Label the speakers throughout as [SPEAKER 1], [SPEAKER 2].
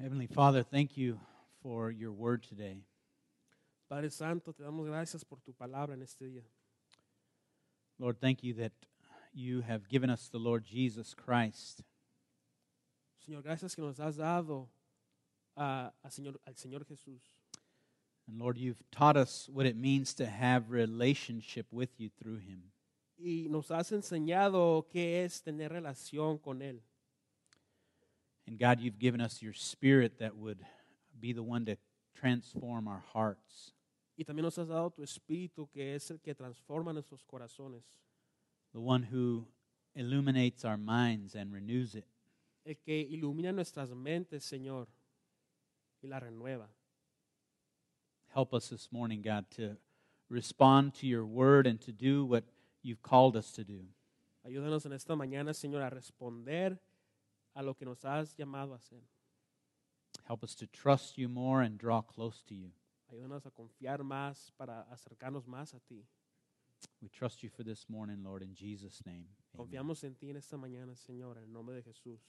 [SPEAKER 1] Heavenly Father, thank you for your word today.
[SPEAKER 2] Padre Santo, te damos gracias por tu palabra en este día.
[SPEAKER 1] Lord, thank you that you have given us the Lord Jesus Christ,
[SPEAKER 2] Señor, gracias que nos has dado a- a Señor- al Señor Jesús.
[SPEAKER 1] and Lord, you've taught us what it means to have relationship with you through him.
[SPEAKER 2] Y nos has enseñado qué es tener relación con Él.
[SPEAKER 1] And God, you've given us your spirit that would be the one to transform our hearts.
[SPEAKER 2] Y también nos has dado tu espíritu, que es el que transforma nuestros corazones,
[SPEAKER 1] the one who illuminates our minds and renews it.
[SPEAKER 2] el que ilumina nuestras mentes, Señor, y la renueva.
[SPEAKER 1] Help us this morning, God, to respond to your word and to do what you've called us to do.
[SPEAKER 2] Ayúdanos en esta mañana, Señor, a responder a lo que nos has llamado a hacer.
[SPEAKER 1] Help us to trust you more and draw close to you.
[SPEAKER 2] Ayúdanos a confiar más para acercarnos más a ti.
[SPEAKER 1] We trust you for this morning, Lord, in Jesus' name. Amen.
[SPEAKER 2] Confiamos en ti en esta mañana, Señor, en el nombre de Jesús.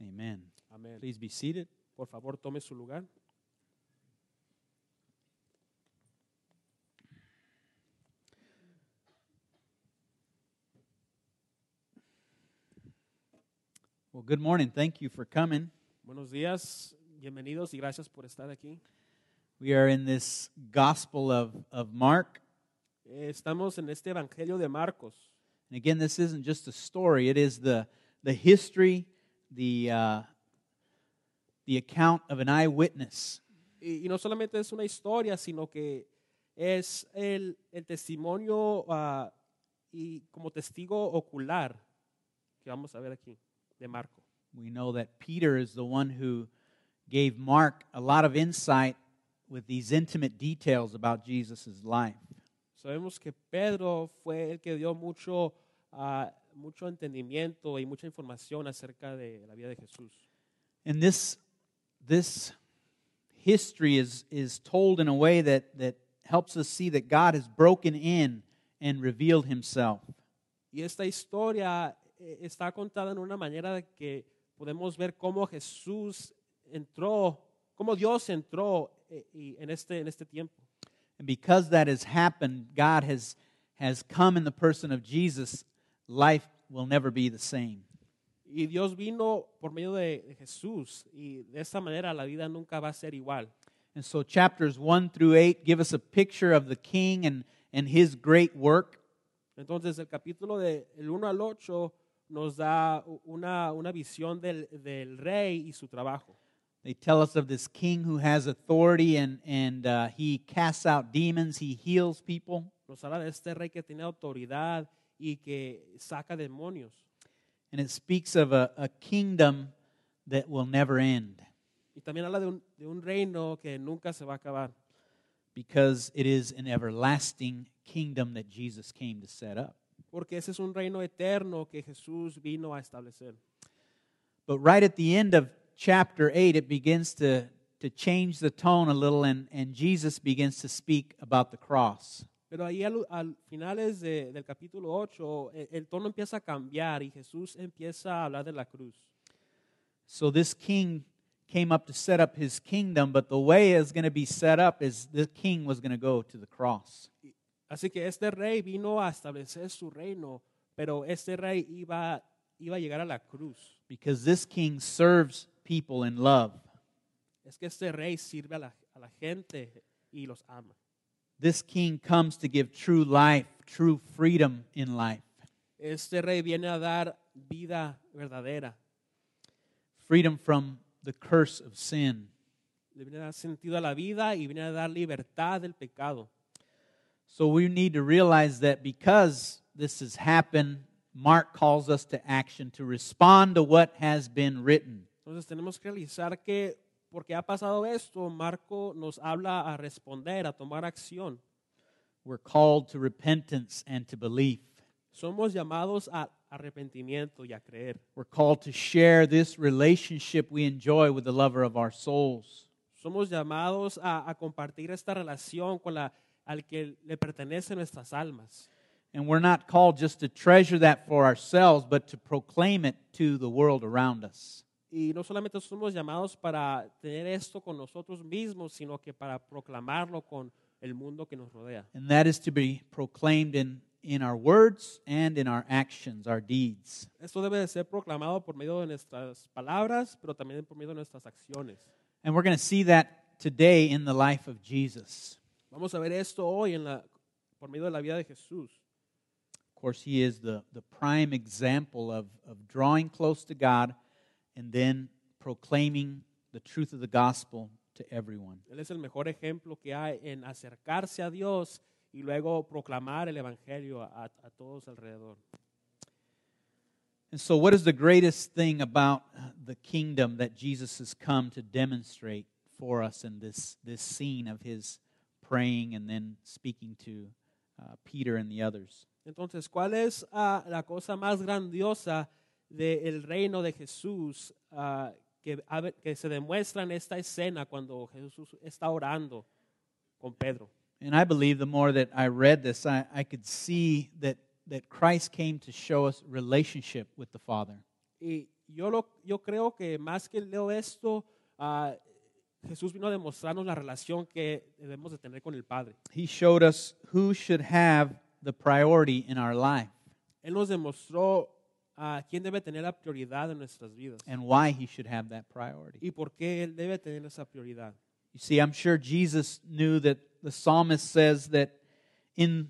[SPEAKER 1] Amen.
[SPEAKER 2] Amén.
[SPEAKER 1] Please be seated.
[SPEAKER 2] Por favor, tome su lugar.
[SPEAKER 1] Well, good morning. Thank you for coming.
[SPEAKER 2] Buenos días, bienvenidos y gracias por estar aquí.
[SPEAKER 1] We are in this Gospel of, of Mark.
[SPEAKER 2] Eh, estamos en este Evangelio de Marcos.
[SPEAKER 1] And again, this isn't just a story, it is the, the history, the, uh, the account of an eyewitness.
[SPEAKER 2] Y, y no solamente es una historia, sino que es el, el testimonio ah, y como testigo ocular que vamos a ver aquí de Marco.
[SPEAKER 1] We know that Peter is the one who gave Mark a lot of insight with these intimate details about Jesus' life.
[SPEAKER 2] Sabemos que Pedro fue el que dio mucho, ah, mucho entendimiento y mucha información acerca de la vida de Jesús.
[SPEAKER 1] And this, this history is, is told in a way that, that helps us see that God has broken in and revealed himself.
[SPEAKER 2] Y esta historia eh, está contada en una manera de que podemos ver cómo Jesús entró, cómo Dios entró eh, y en, este, en este tiempo.
[SPEAKER 1] And because that has happened, God has, has come in the person of Jesus, life will never be the same.
[SPEAKER 2] Y Dios vino por medio de, de Jesús y de esta manera la vida nunca va a ser igual.
[SPEAKER 1] And so, chapters 1 through 8 give us a picture of the king and, and his great work.
[SPEAKER 2] Entonces el capítulo del 1 al 8 nos da u- una, una visión del, del rey y su trabajo.
[SPEAKER 1] They tell us of this king who has authority and, and uh, he casts out demons, he heals people.
[SPEAKER 2] Nos habla de este rey que tiene autoridad y que saca demonios.
[SPEAKER 1] And it speaks of a, a kingdom that will never end
[SPEAKER 2] Y también habla de un, de un reino que nunca se va a acabar,
[SPEAKER 1] because it is an everlasting kingdom that Jesus came to set up.
[SPEAKER 2] porque ese es un reino eterno que Jesús vino a establecer.
[SPEAKER 1] But right at the end of chapter 8, it begins to, to change the tone a little, and, and Jesus begins to speak about the cross.
[SPEAKER 2] Pero ahí al, al finales de- del capítulo 8, e- el, tono empieza a cambiar y Jesús empieza a hablar de la cruz.
[SPEAKER 1] So this king came up to set up his kingdom, but the way it's going to be set up is the king was going to go to the cross.
[SPEAKER 2] Así que este rey vino a establecer su reino, pero este rey iba, iba a llegar a la cruz.
[SPEAKER 1] Because this king serves people in love.
[SPEAKER 2] Es que este rey sirve a la, a la gente y los ama.
[SPEAKER 1] This king comes to give true life, true freedom in life.
[SPEAKER 2] Este rey viene a dar vida verdadera,
[SPEAKER 1] Freedom from the curse of sin.
[SPEAKER 2] le viene a dar sentido a la vida y viene a dar libertad del pecado.
[SPEAKER 1] So we need to realize that because this has happened, Mark calls us to action to respond to what has been written.
[SPEAKER 2] Entonces tenemos que realizar que porque ha pasado esto, Marco nos habla a responder, a tomar acción.
[SPEAKER 1] We're called to repentance and to belief.
[SPEAKER 2] Somos llamados a arrepentimiento y a creer.
[SPEAKER 1] We're called to share this relationship we enjoy with the lover of our souls.
[SPEAKER 2] Somos llamados a, a compartir esta relación con la al que le pertenecen nuestras almas.
[SPEAKER 1] And we're not called just to treasure that for ourselves, but to proclaim it to the world around us.
[SPEAKER 2] Y no solamente somos llamados para tener esto con nosotros mismos, sino que para proclamarlo con el mundo que nos rodea.
[SPEAKER 1] And that is to be proclaimed in, in our words and in our actions, our deeds.
[SPEAKER 2] Esto debe de ser proclamado por medio de nuestras palabras, pero también por medio de nuestras acciones.
[SPEAKER 1] And we're going to see that today in the life of Jesus.
[SPEAKER 2] Vamos a ver esto hoy en la, por medio de la vida de Jesús.
[SPEAKER 1] Of course, he is the, the prime example of, of drawing close to God and then proclaiming the truth of the gospel to everyone.
[SPEAKER 2] Él es el mejor ejemplo que hay en acercarse a Dios y luego proclamar el Evangelio a, a todos alrededor.
[SPEAKER 1] And so, what is the greatest thing about uh, the kingdom that Jesus has come to demonstrate for us in this, this scene of his praying and then speaking to uh, Peter and the others?
[SPEAKER 2] Entonces, ¿cuál es ah, la cosa más grandiosa del reino de Jesús ah, que, a ver- que se demuestra en esta escena cuando Jesús está orando con Pedro?
[SPEAKER 1] And I believe the more that I read this, I, I could see that, that Christ came to show us relationship with the Father.
[SPEAKER 2] Y yo, lo, yo creo que más que leo esto, ah, Jesús vino a demostrarnos la relación que debemos de tener con el Padre.
[SPEAKER 1] He showed us who should have the priority in our life
[SPEAKER 2] Él nos demostró a quién debe tener la prioridad en nuestras vidas
[SPEAKER 1] and why he should have that priority.
[SPEAKER 2] y por qué Él debe tener esa prioridad.
[SPEAKER 1] You see, I'm sure Jesus knew that the psalmist says that in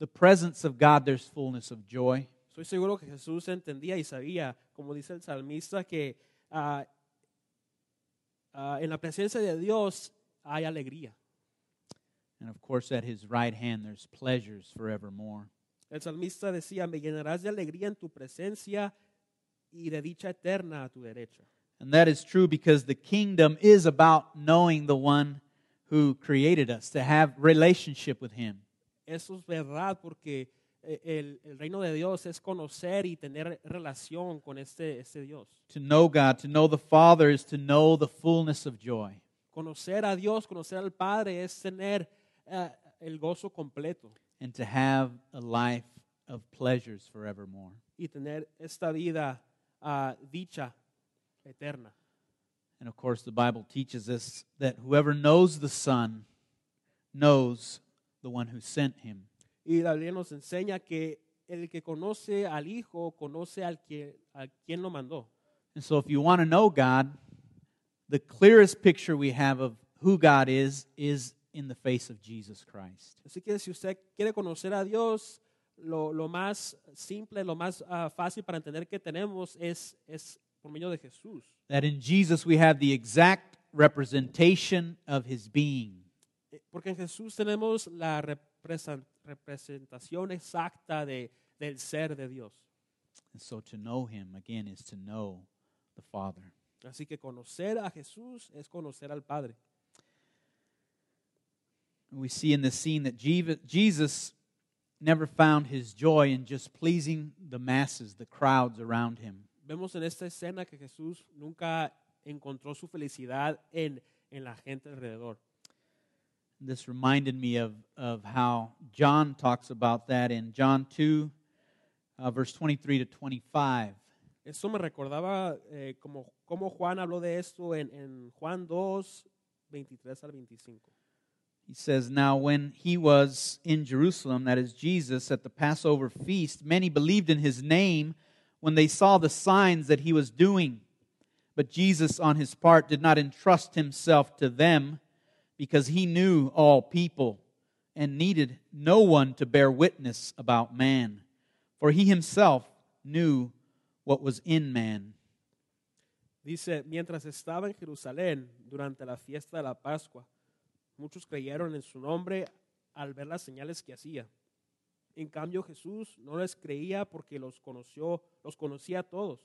[SPEAKER 1] the presence of God there's fullness of joy.
[SPEAKER 2] Soy seguro que Jesús entendía y sabía, como dice el salmista, que ah, ah, en la presencia de Dios hay alegría.
[SPEAKER 1] And of course, at his right hand there's pleasures forevermore.
[SPEAKER 2] El salmista decía, me llenarás de alegría en tu presencia y de dicha eterna a tu derecha.
[SPEAKER 1] And that is true because the kingdom is about knowing the one who created us, to have relationship with him.
[SPEAKER 2] Eso es verdad porque eh, el, el reino de Dios es conocer y tener relación con este, este Dios.
[SPEAKER 1] To know God, to know the Father, is to know the fullness of joy.
[SPEAKER 2] Conocer a Dios, conocer al Padre es tener eh, el gozo completo
[SPEAKER 1] and to have a life of pleasures forevermore.
[SPEAKER 2] y tener esta vida ah, dicha eterna.
[SPEAKER 1] And of course, the Bible teaches us that whoever knows the Son knows the one who sent him.
[SPEAKER 2] Y la Biblia nos enseña que el que conoce al Hijo conoce al que, a quien lo mandó.
[SPEAKER 1] And so, if you want to know God, the clearest picture we have of who God is is in the face of Jesus Christ.
[SPEAKER 2] Así que si usted quiere conocer a Dios, lo, lo más simple, lo más ah, fácil para entender que tenemos es, es por medio de Jesús.
[SPEAKER 1] That in Jesus we have the exact representation of his being.
[SPEAKER 2] Eh, Porque en Jesús tenemos la represan- representación exacta de- del ser de Dios.
[SPEAKER 1] And so, to know him, again, is to know the Father.
[SPEAKER 2] Así que conocer a Jesús es conocer al Padre.
[SPEAKER 1] We see in this scene that Jeeva- Jesus never found his joy in just pleasing the masses, the crowds around him.
[SPEAKER 2] Vemos en esta escena que Jesús nunca encontró su felicidad en, en la gente alrededor.
[SPEAKER 1] This reminded me of, of how John talks about that in John 2, uh, verse 23 to 25.
[SPEAKER 2] Esto me recordaba eh, como, como Juan habló de esto en, en Juan 2, 23 al 25.
[SPEAKER 1] He says, Now, when he was in Jerusalem, that is Jesus, at the Passover feast, many believed in his name when they saw the signs that he was doing. But Jesus, on his part, did not entrust himself to them because he knew all people and needed no one to bear witness about man, for he himself knew what was in man.
[SPEAKER 2] Dice, mientras estaba en Jerusalén durante la fiesta de la Pascua, muchos creyeron en su nombre al ver las señales que hacía. En cambio, Jesús no les creía porque los conoció, los conocía a todos.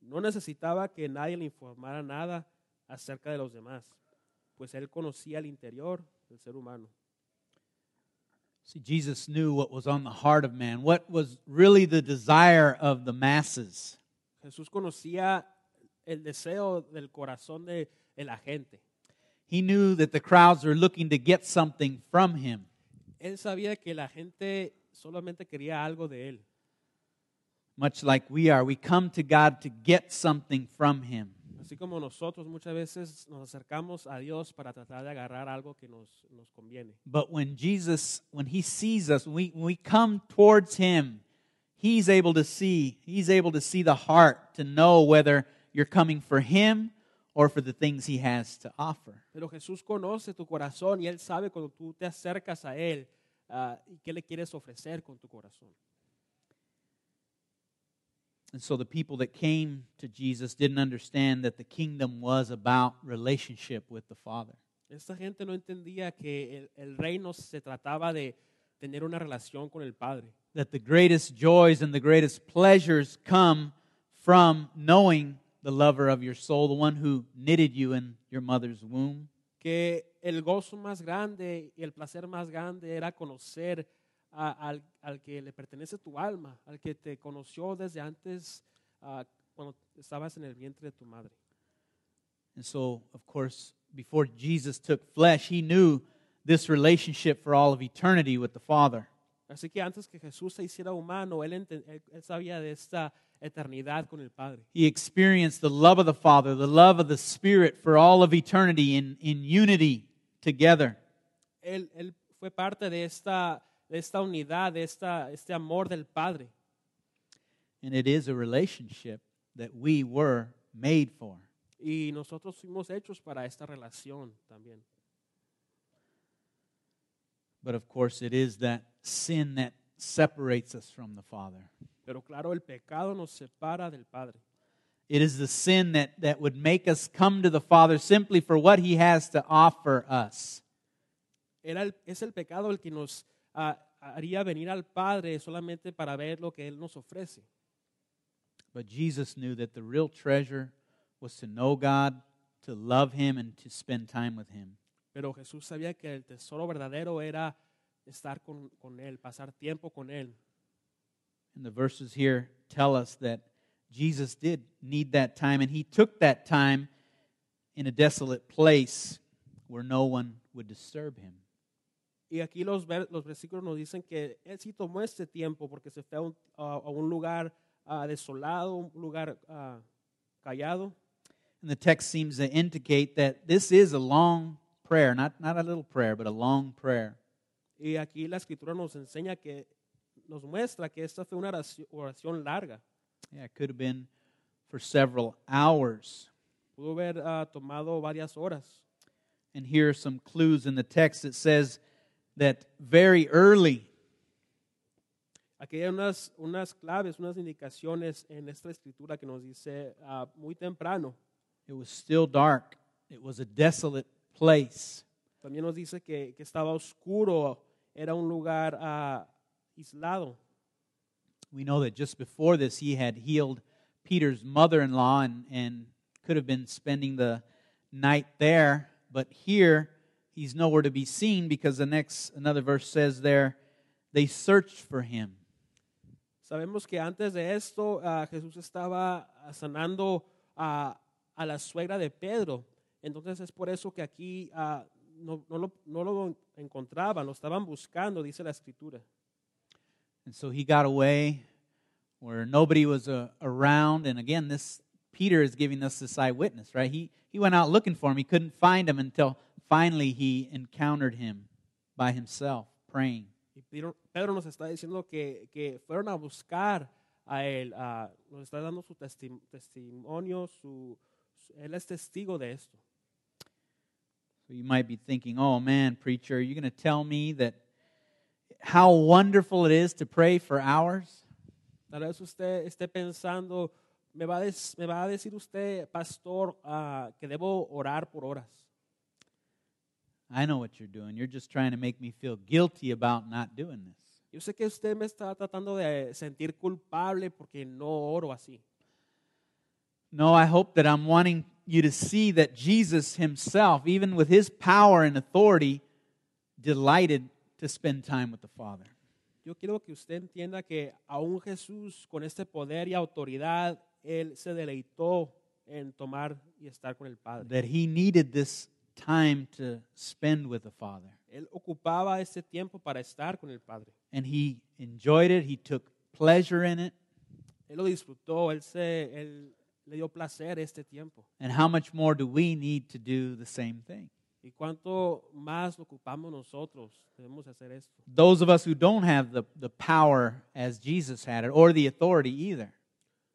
[SPEAKER 2] No necesitaba que nadie le informara nada acerca de los demás, pues él conocía el interior del ser humano.
[SPEAKER 1] See, Jesus knew what was on the heart of man, what was really the desire of the masses.
[SPEAKER 2] Jesús conocía el deseo del corazón de, de la gente.
[SPEAKER 1] He knew that the crowds were looking to get something from him.
[SPEAKER 2] Él sabía que la gente solamente quería algo de él.
[SPEAKER 1] Much like we are, we come to God to get something from him.
[SPEAKER 2] Así como nosotros muchas veces nos acercamos a Dios para tratar de agarrar algo que nos, nos conviene.
[SPEAKER 1] But when Jesus, when he sees us, when we, when we come towards him, he's able to see, he's able to see the heart to know whether you're coming for him or for the things he has to offer.
[SPEAKER 2] Pero Jesús conoce tu corazón y Él sabe cuando tú te acercas a Él ah, y qué le quieres ofrecer con tu corazón.
[SPEAKER 1] And so the people that came to Jesus didn't understand that the kingdom was about relationship with the Father.
[SPEAKER 2] Esta gente no entendía que el, el reino se trataba de tener una relación con el Padre.
[SPEAKER 1] That the greatest joys and the greatest pleasures come from knowing the lover of your soul, the one who knitted you in your mother's womb.
[SPEAKER 2] que el gozo más grande y el placer más grande era conocer a- al, al que le pertenece tu alma, al que te conoció desde antes ah, cuando estabas en el vientre de tu madre.
[SPEAKER 1] And so, of course, before Jesus took flesh, he knew this relationship for all of eternity with the Father.
[SPEAKER 2] Así que antes que Jesús se hiciera humano, él, enten- él- él sabía de esta eternidad con el Padre.
[SPEAKER 1] He experienced the love of the Father, the love of the Spirit for all of eternity in, in unity together.
[SPEAKER 2] Él, él fue parte de esta, de esta unidad, de esta, este amor del Padre.
[SPEAKER 1] And it is a relationship that we were made for.
[SPEAKER 2] Y nosotros fuimos hechos para esta relación también.
[SPEAKER 1] But of course, it is that sin that separates us from the Father.
[SPEAKER 2] Pero claro, el pecado nos separa del Padre.
[SPEAKER 1] It is the sin that, that would make us come to the Father simply for what He has to offer us.
[SPEAKER 2] Era el- es el pecado el que nos ah, haría venir al Padre solamente para ver lo que Él nos ofrece.
[SPEAKER 1] But Jesus knew that the real treasure was to know God, to love Him, and to spend time with Him.
[SPEAKER 2] Pero Jesús sabía que el tesoro verdadero era estar con, con Él, pasar tiempo con Él.
[SPEAKER 1] And the verses here tell us that Jesus did need that time, and He took that time in a desolate place where no one would disturb Him.
[SPEAKER 2] Y aquí los, ver- los versículos nos dicen que Él sí tomó este tiempo porque se fue a un, a- a un lugar ah, desolado, un lugar ah, callado.
[SPEAKER 1] And the text seems to indicate that this is a long prayer, not, not a little prayer, but a long prayer.
[SPEAKER 2] Y aquí la escritura nos enseña que, nos muestra que esta fue una oración- oración larga.
[SPEAKER 1] Yeah, it could have been for several hours.
[SPEAKER 2] Pudo haber ah, tomado varias horas.
[SPEAKER 1] And here are some clues in the text. It says that very early,
[SPEAKER 2] Aquí hay unas, unas claves, unas indicaciones en esta escritura que nos dice ah, muy temprano.
[SPEAKER 1] it was still dark, it was a desolate place.
[SPEAKER 2] También nos dice que, que estaba oscuro, era un lugar ah, aislado.
[SPEAKER 1] We know that just before this, he had healed Peter's mother in law and, and could have been spending the night there. But here, he's nowhere to be seen because the next, another verse says there, they searched for him.
[SPEAKER 2] Sabemos que antes de esto ah, Jesús estaba ah, sanando a, a la suegra de Pedro. Entonces es por eso que aquí ah, no, no lo, no lo encontraban, lo estaban buscando, dice la escritura.
[SPEAKER 1] And so he got away where nobody was uh, around. And again, this Peter is giving us this eyewitness, right? He, he went out looking for him. He couldn't find him until finally he encountered him by himself, praying.
[SPEAKER 2] Y Pedro, Pedro nos está diciendo que, que fueron a buscar a él, ah, nos está dando su testi- testimonio, su, su- él es testigo de esto.
[SPEAKER 1] So you might be thinking, oh man, preacher, you're going to tell me that how wonderful it is to pray for hours?
[SPEAKER 2] Tal vez usted esté pensando, me va a, des- me va a decir usted, pastor, ah, que debo orar por horas.
[SPEAKER 1] I know what you're doing. You're just trying to make me feel guilty about not doing this.
[SPEAKER 2] Yo sé que usted me está tratando de sentir culpable porque no oro así.
[SPEAKER 1] No, I hope that I'm wanting you to see that Jesus himself, even with his power and authority, delighted to spend time with the Father.
[SPEAKER 2] Yo quiero que usted entienda que aún Jesús, con este poder y autoridad, él se deleitó en tomar y estar con el Padre.
[SPEAKER 1] That he needed this time to spend with the Father.
[SPEAKER 2] Él ocupaba ese tiempo para estar con el Padre.
[SPEAKER 1] And he enjoyed it, he took pleasure in it.
[SPEAKER 2] Él lo disfrutó, él, se, él le dio placer este tiempo.
[SPEAKER 1] And how much more do we need to do the same thing?
[SPEAKER 2] Y cuánto más lo ocupamos nosotros, debemos hacer esto.
[SPEAKER 1] Those of us who don't have the, the power as Jesus had it or the authority either.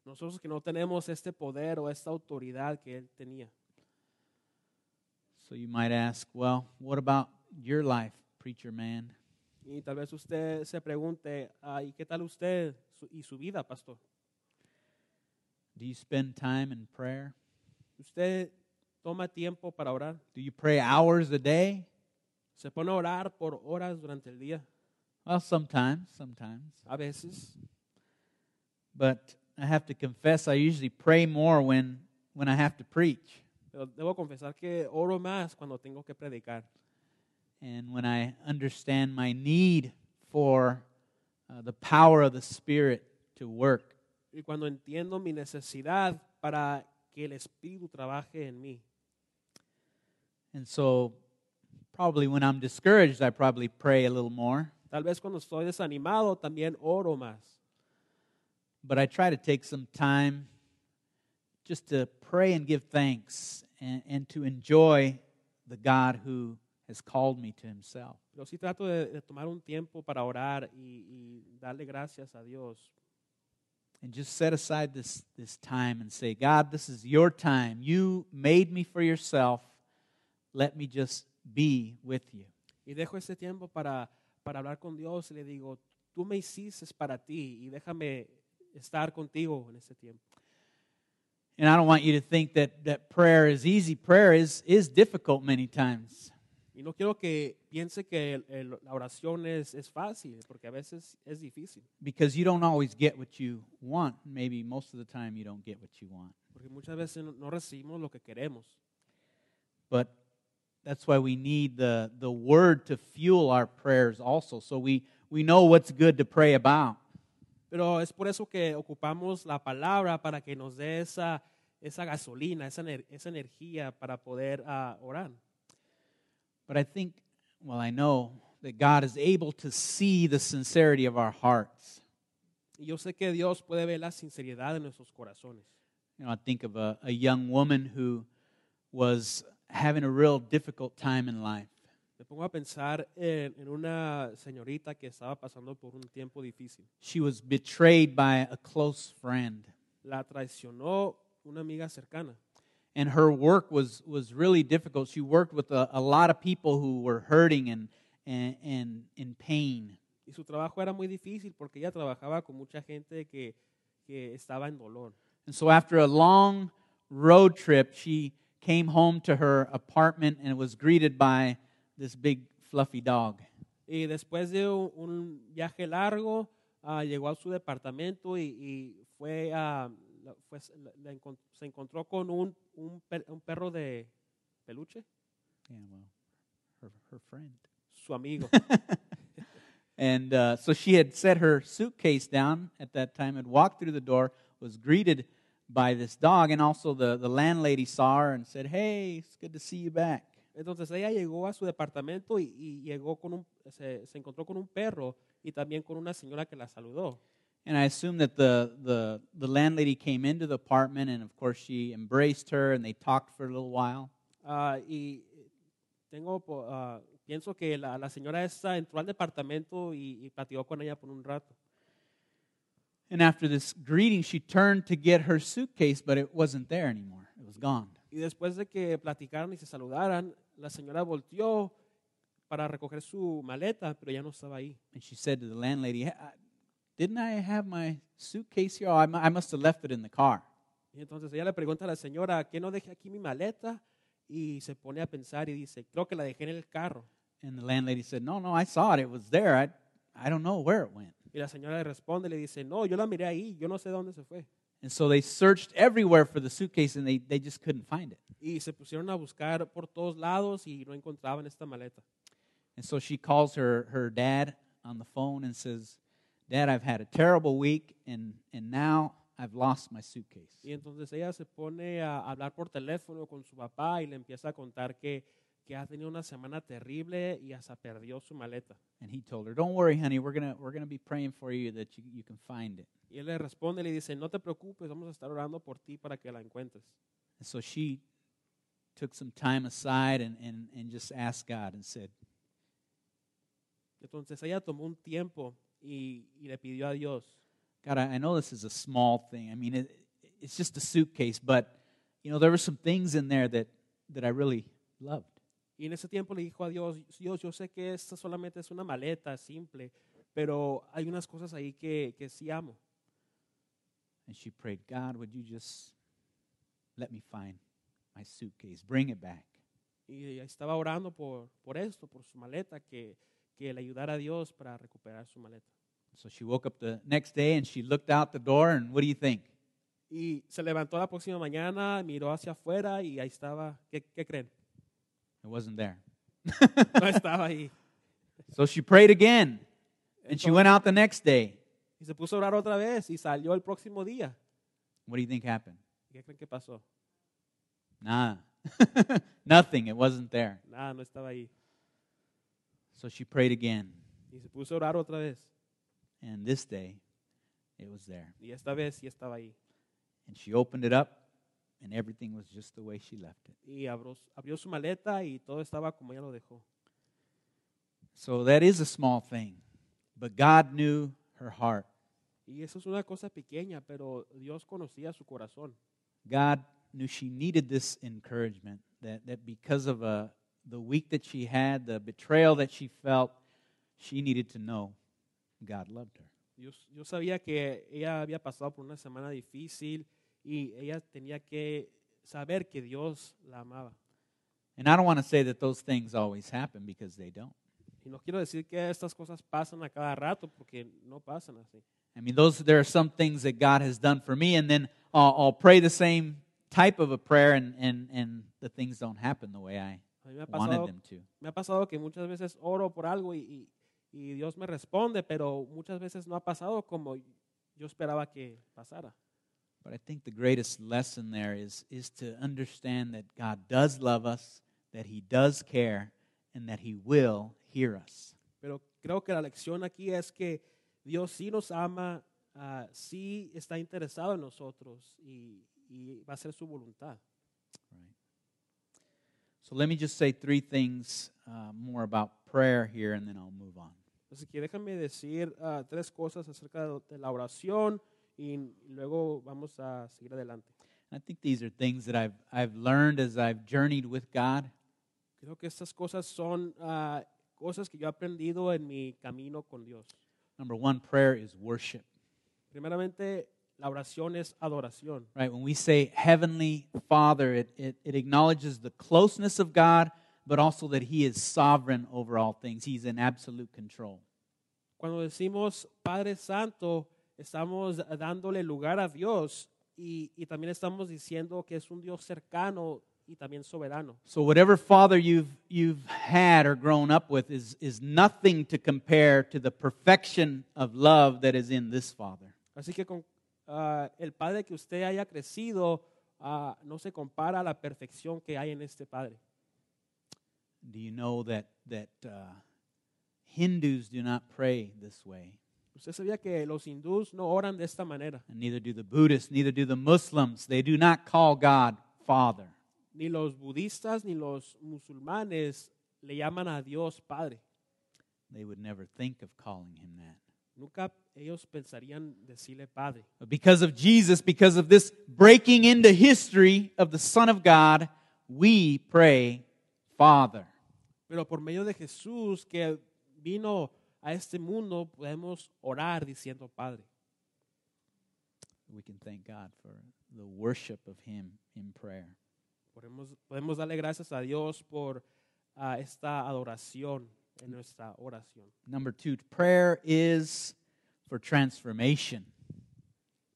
[SPEAKER 2] Nosotros que no tenemos este poder o esta autoridad que él tenía.
[SPEAKER 1] So you might ask, well, what about your life, preacher man?
[SPEAKER 2] Y tal vez usted se pregunte, ah, ¿y qué tal usted su- y su vida, pastor?
[SPEAKER 1] Do you spend time in prayer?
[SPEAKER 2] ¿Usted toma tiempo para orar?
[SPEAKER 1] Do you pray hours a day?
[SPEAKER 2] ¿Se pone a orar por horas durante el día?
[SPEAKER 1] Well, sometimes, sometimes.
[SPEAKER 2] A veces.
[SPEAKER 1] But I have to confess I usually pray more when when I have to preach.
[SPEAKER 2] Pero debo confesar que oro más cuando tengo que predicar.
[SPEAKER 1] and when I understand my need for uh, the power of the Spirit to work.
[SPEAKER 2] Y cuando entiendo mi necesidad para que el Espíritu trabaje en mí.
[SPEAKER 1] And so, probably when I'm discouraged, I probably pray a little more,
[SPEAKER 2] Tal vez cuando estoy desanimado también oro más.
[SPEAKER 1] but I try to take some time just to pray and give thanks and, and to enjoy the God who has called me to Himself.
[SPEAKER 2] Pero sí trato de, de tomar un tiempo para orar y, y darle gracias a Dios.
[SPEAKER 1] And just set aside this, this time and say, God, this is your time. You made me for yourself. Let me just be with you.
[SPEAKER 2] Y dejo este tiempo para, para hablar con Dios y le digo, tú me hiciste para ti y déjame estar contigo en este tiempo.
[SPEAKER 1] And I don't want you to think that, that prayer is easy. Prayer is, is difficult many times.
[SPEAKER 2] Y no quiero que piense que el- el- la oración es, es fácil, porque a veces es difícil,
[SPEAKER 1] Because you don't always get what you want. Maybe most of the time you don't get what you want.
[SPEAKER 2] porque muchas veces no- no recibimos lo que queremos.
[SPEAKER 1] But that's why we need the, the word to fuel our prayers also. So we, we know what's good to pray about.
[SPEAKER 2] Pero es por eso que ocupamos la palabra para que nos dé esa, esa gasolina, esa, ener- esa energía para poder ah, orar.
[SPEAKER 1] But I think, well, I know that God is able to see the sincerity of our hearts.
[SPEAKER 2] Y yo sé que Dios puede ver la sinceridad de nuestros corazones.
[SPEAKER 1] You know, I think of a, a young woman who was having a real difficult time in life.
[SPEAKER 2] Me pongo a pensar en, en una señorita que estaba pasando por un tiempo difícil.
[SPEAKER 1] She was betrayed by a close friend,
[SPEAKER 2] La traicionó una amiga cercana
[SPEAKER 1] and her work was, was really difficult. She worked with a, a lot of people who were hurting and, and, and in pain.
[SPEAKER 2] y su trabajo era muy difícil porque ella trabajaba con mucha gente que, que estaba en dolor.
[SPEAKER 1] And so, after a long road trip, she came home to her apartment and was greeted by this big fluffy dog.
[SPEAKER 2] Y después de un, un viaje largo, ah, llegó a su departamento y, y fue, ah, la- fue- la- la encon- se encontró con un, un per- un perro de peluche,
[SPEAKER 1] Yeah, well, her, her friend.
[SPEAKER 2] su amigo.
[SPEAKER 1] And uh, so she had set her suitcase down at that time, had walked through the door, was greeted by this dog, and also the, the landlady saw her and said, Hey, it's good to see you back.
[SPEAKER 2] Entonces ella llegó a su departamento y, y llegó con un, se, se encontró con un perro y también con una señora que la saludó.
[SPEAKER 1] And I assume that the, the, the landlady came into the apartment, and of course she embraced her, and they talked for a little while.
[SPEAKER 2] Ah, y tengo, po- ah, pienso que la, la señora esta entró al departamento y, y platicó con ella por un rato.
[SPEAKER 1] And after this greeting, she turned to get her suitcase, but it wasn't there anymore. It was gone.
[SPEAKER 2] Y después de que platicaran y se saludaran, la señora volteó para recoger su maleta, pero ya no estaba ahí.
[SPEAKER 1] And she said to the landlady, "I- Didn't I have my suitcase here? Oh, I mu- I must have left it in the car.
[SPEAKER 2] Y entonces ella le pregunta a la señora, ¿qué no dejé aquí mi maleta? Y se pone a pensar y dice, creo que la dejé en el carro.
[SPEAKER 1] And the landlady said, No, no, I saw it. It was there. I, I don't know where it went.
[SPEAKER 2] Y la señora le responde, le dice, no, yo la miré ahí, yo no sé dónde se fue.
[SPEAKER 1] And so they searched everywhere for the suitcase and they, they just couldn't find it.
[SPEAKER 2] Y se pusieron a buscar por todos lados y no encontraban esta maleta.
[SPEAKER 1] And so she calls her, her dad on the phone and says, Dad, I've had a terrible week and, and now I've lost my suitcase.
[SPEAKER 2] Y entonces ella se pone a hablar por teléfono con su papá y le empieza a contar que que ha tenido una semana terrible y hasta perdió su maleta.
[SPEAKER 1] And he told her, Don't worry, honey, we're going we're gonna be praying for you that you, you can find it.
[SPEAKER 2] Y él le responde y le dice, no te preocupes, vamos a estar orando por ti para que la encuentres.
[SPEAKER 1] And so she took some time aside and, and, and just asked God and said,
[SPEAKER 2] Entonces ella tomó un tiempo y, y le pidió a Dios,
[SPEAKER 1] God, I, I know this is a small thing. I mean, it, it's just a suitcase, but, you know, there were some things in there that, that I really loved.
[SPEAKER 2] Y en ese tiempo le dijo a Dios, Dios, yo sé que esta solamente es una maleta simple, pero hay unas cosas ahí que, que sí amo.
[SPEAKER 1] And she prayed, God, would you just let me find my suitcase? Bring it back.
[SPEAKER 2] Y ella estaba orando por, por esto, por su maleta, que, que le ayudara a Dios para recuperar su maleta.
[SPEAKER 1] So she woke up the next day and she looked out the door, and what do you think?
[SPEAKER 2] Y se levantó la próxima mañana, miró hacia afuera y ahí estaba, ¿qué, qué creen?
[SPEAKER 1] It wasn't there.
[SPEAKER 2] No estaba ahí.
[SPEAKER 1] So she prayed again, and she went out the next day.
[SPEAKER 2] Y se puso a orar otra vez y salió el próximo día.
[SPEAKER 1] What do you think happened?
[SPEAKER 2] ¿Y ¿Qué creen que pasó?
[SPEAKER 1] Nah, nothing. It wasn't there.
[SPEAKER 2] Nada, no estaba ahí.
[SPEAKER 1] So she prayed again,
[SPEAKER 2] Y se puso a orar otra vez.
[SPEAKER 1] and this day it was there.
[SPEAKER 2] Y esta vez sí estaba ahí.
[SPEAKER 1] And she opened it up, and everything was just the way she left it.
[SPEAKER 2] Y abrió, abrió su maleta y todo estaba como ella lo dejó.
[SPEAKER 1] So that is a small thing, but God knew her heart.
[SPEAKER 2] Y eso es una cosa pequeña, pero Dios conocía su corazón.
[SPEAKER 1] God knew she needed this encouragement that, that because of uh, the week that she had, the betrayal that she felt, she needed to know God loved her.
[SPEAKER 2] Dios, yo sabía que ella había pasado por una semana difícil y ella tenía que saber que Dios la amaba.
[SPEAKER 1] And I don't want to say that those things always happen because they don't.
[SPEAKER 2] Y no quiero decir que estas cosas pasan a cada rato porque no pasan así.
[SPEAKER 1] I mean, those there are some things that God has done for me, and then I'll, I'll pray the same type of a prayer, and, and, and the things don't happen the way I
[SPEAKER 2] A mí me ha
[SPEAKER 1] wanted
[SPEAKER 2] pasado,
[SPEAKER 1] them to.
[SPEAKER 2] me ha pasado que muchas veces oro por algo y, y- y Dios me responde, pero muchas veces no ha pasado como yo esperaba que pasara.
[SPEAKER 1] But I think the greatest lesson there is, is to understand that God does love us, that He does care, and that He will hear us.
[SPEAKER 2] Pero creo que la lección aquí es que Dios sí nos ama, ah, sí está interesado en nosotros y, y va a ser su voluntad.
[SPEAKER 1] Right. So let me just say three things uh, more about prayer here, and then I'll move on.
[SPEAKER 2] Así que déjame decir ah, tres cosas acerca de- de la oración y luego vamos a seguir adelante.
[SPEAKER 1] And I think these are things that I've, I've learned as I've journeyed with God.
[SPEAKER 2] Creo que estas cosas son ah, cosas que yo he aprendido en mi camino con Dios.
[SPEAKER 1] Number one, prayer is worship.
[SPEAKER 2] Primeramente, la oración es adoración.
[SPEAKER 1] Right? When we say Heavenly Father, it, it, it acknowledges the closeness of God, but also that He is sovereign over all things. He's in absolute control.
[SPEAKER 2] Cuando decimos Padre Santo, estamos dándole lugar a Dios y, y también estamos diciendo que es un Dios cercano y también soberano.
[SPEAKER 1] So whatever father you've you've had or grown up with is is nothing to compare to the perfection of love that is in this father.
[SPEAKER 2] Así que con ah, el Padre que usted haya crecido ah, no se compara a la perfección que hay en este Padre.
[SPEAKER 1] Do you know that that uh, Hindus do not pray this way,
[SPEAKER 2] Usted sabía que los hindús no oran de esta manera,
[SPEAKER 1] and neither do the Buddhists, neither do the Muslims. They do not call God Father.
[SPEAKER 2] ni los budistas ni los musulmanes le llaman a Dios Padre.
[SPEAKER 1] They would never think of calling him that.
[SPEAKER 2] Nunca ellos pensarían decirle Padre.
[SPEAKER 1] But because of Jesus, because of this breaking into history of the Son of God, we pray Father.
[SPEAKER 2] Pero por medio de Jesús que vino a este mundo, podemos orar diciendo Padre.
[SPEAKER 1] we can thank God for the worship of Him in prayer.
[SPEAKER 2] Podemos, podemos darle gracias a Dios por ah, esta adoración en nuestra oración.
[SPEAKER 1] Number two, prayer is for transformation.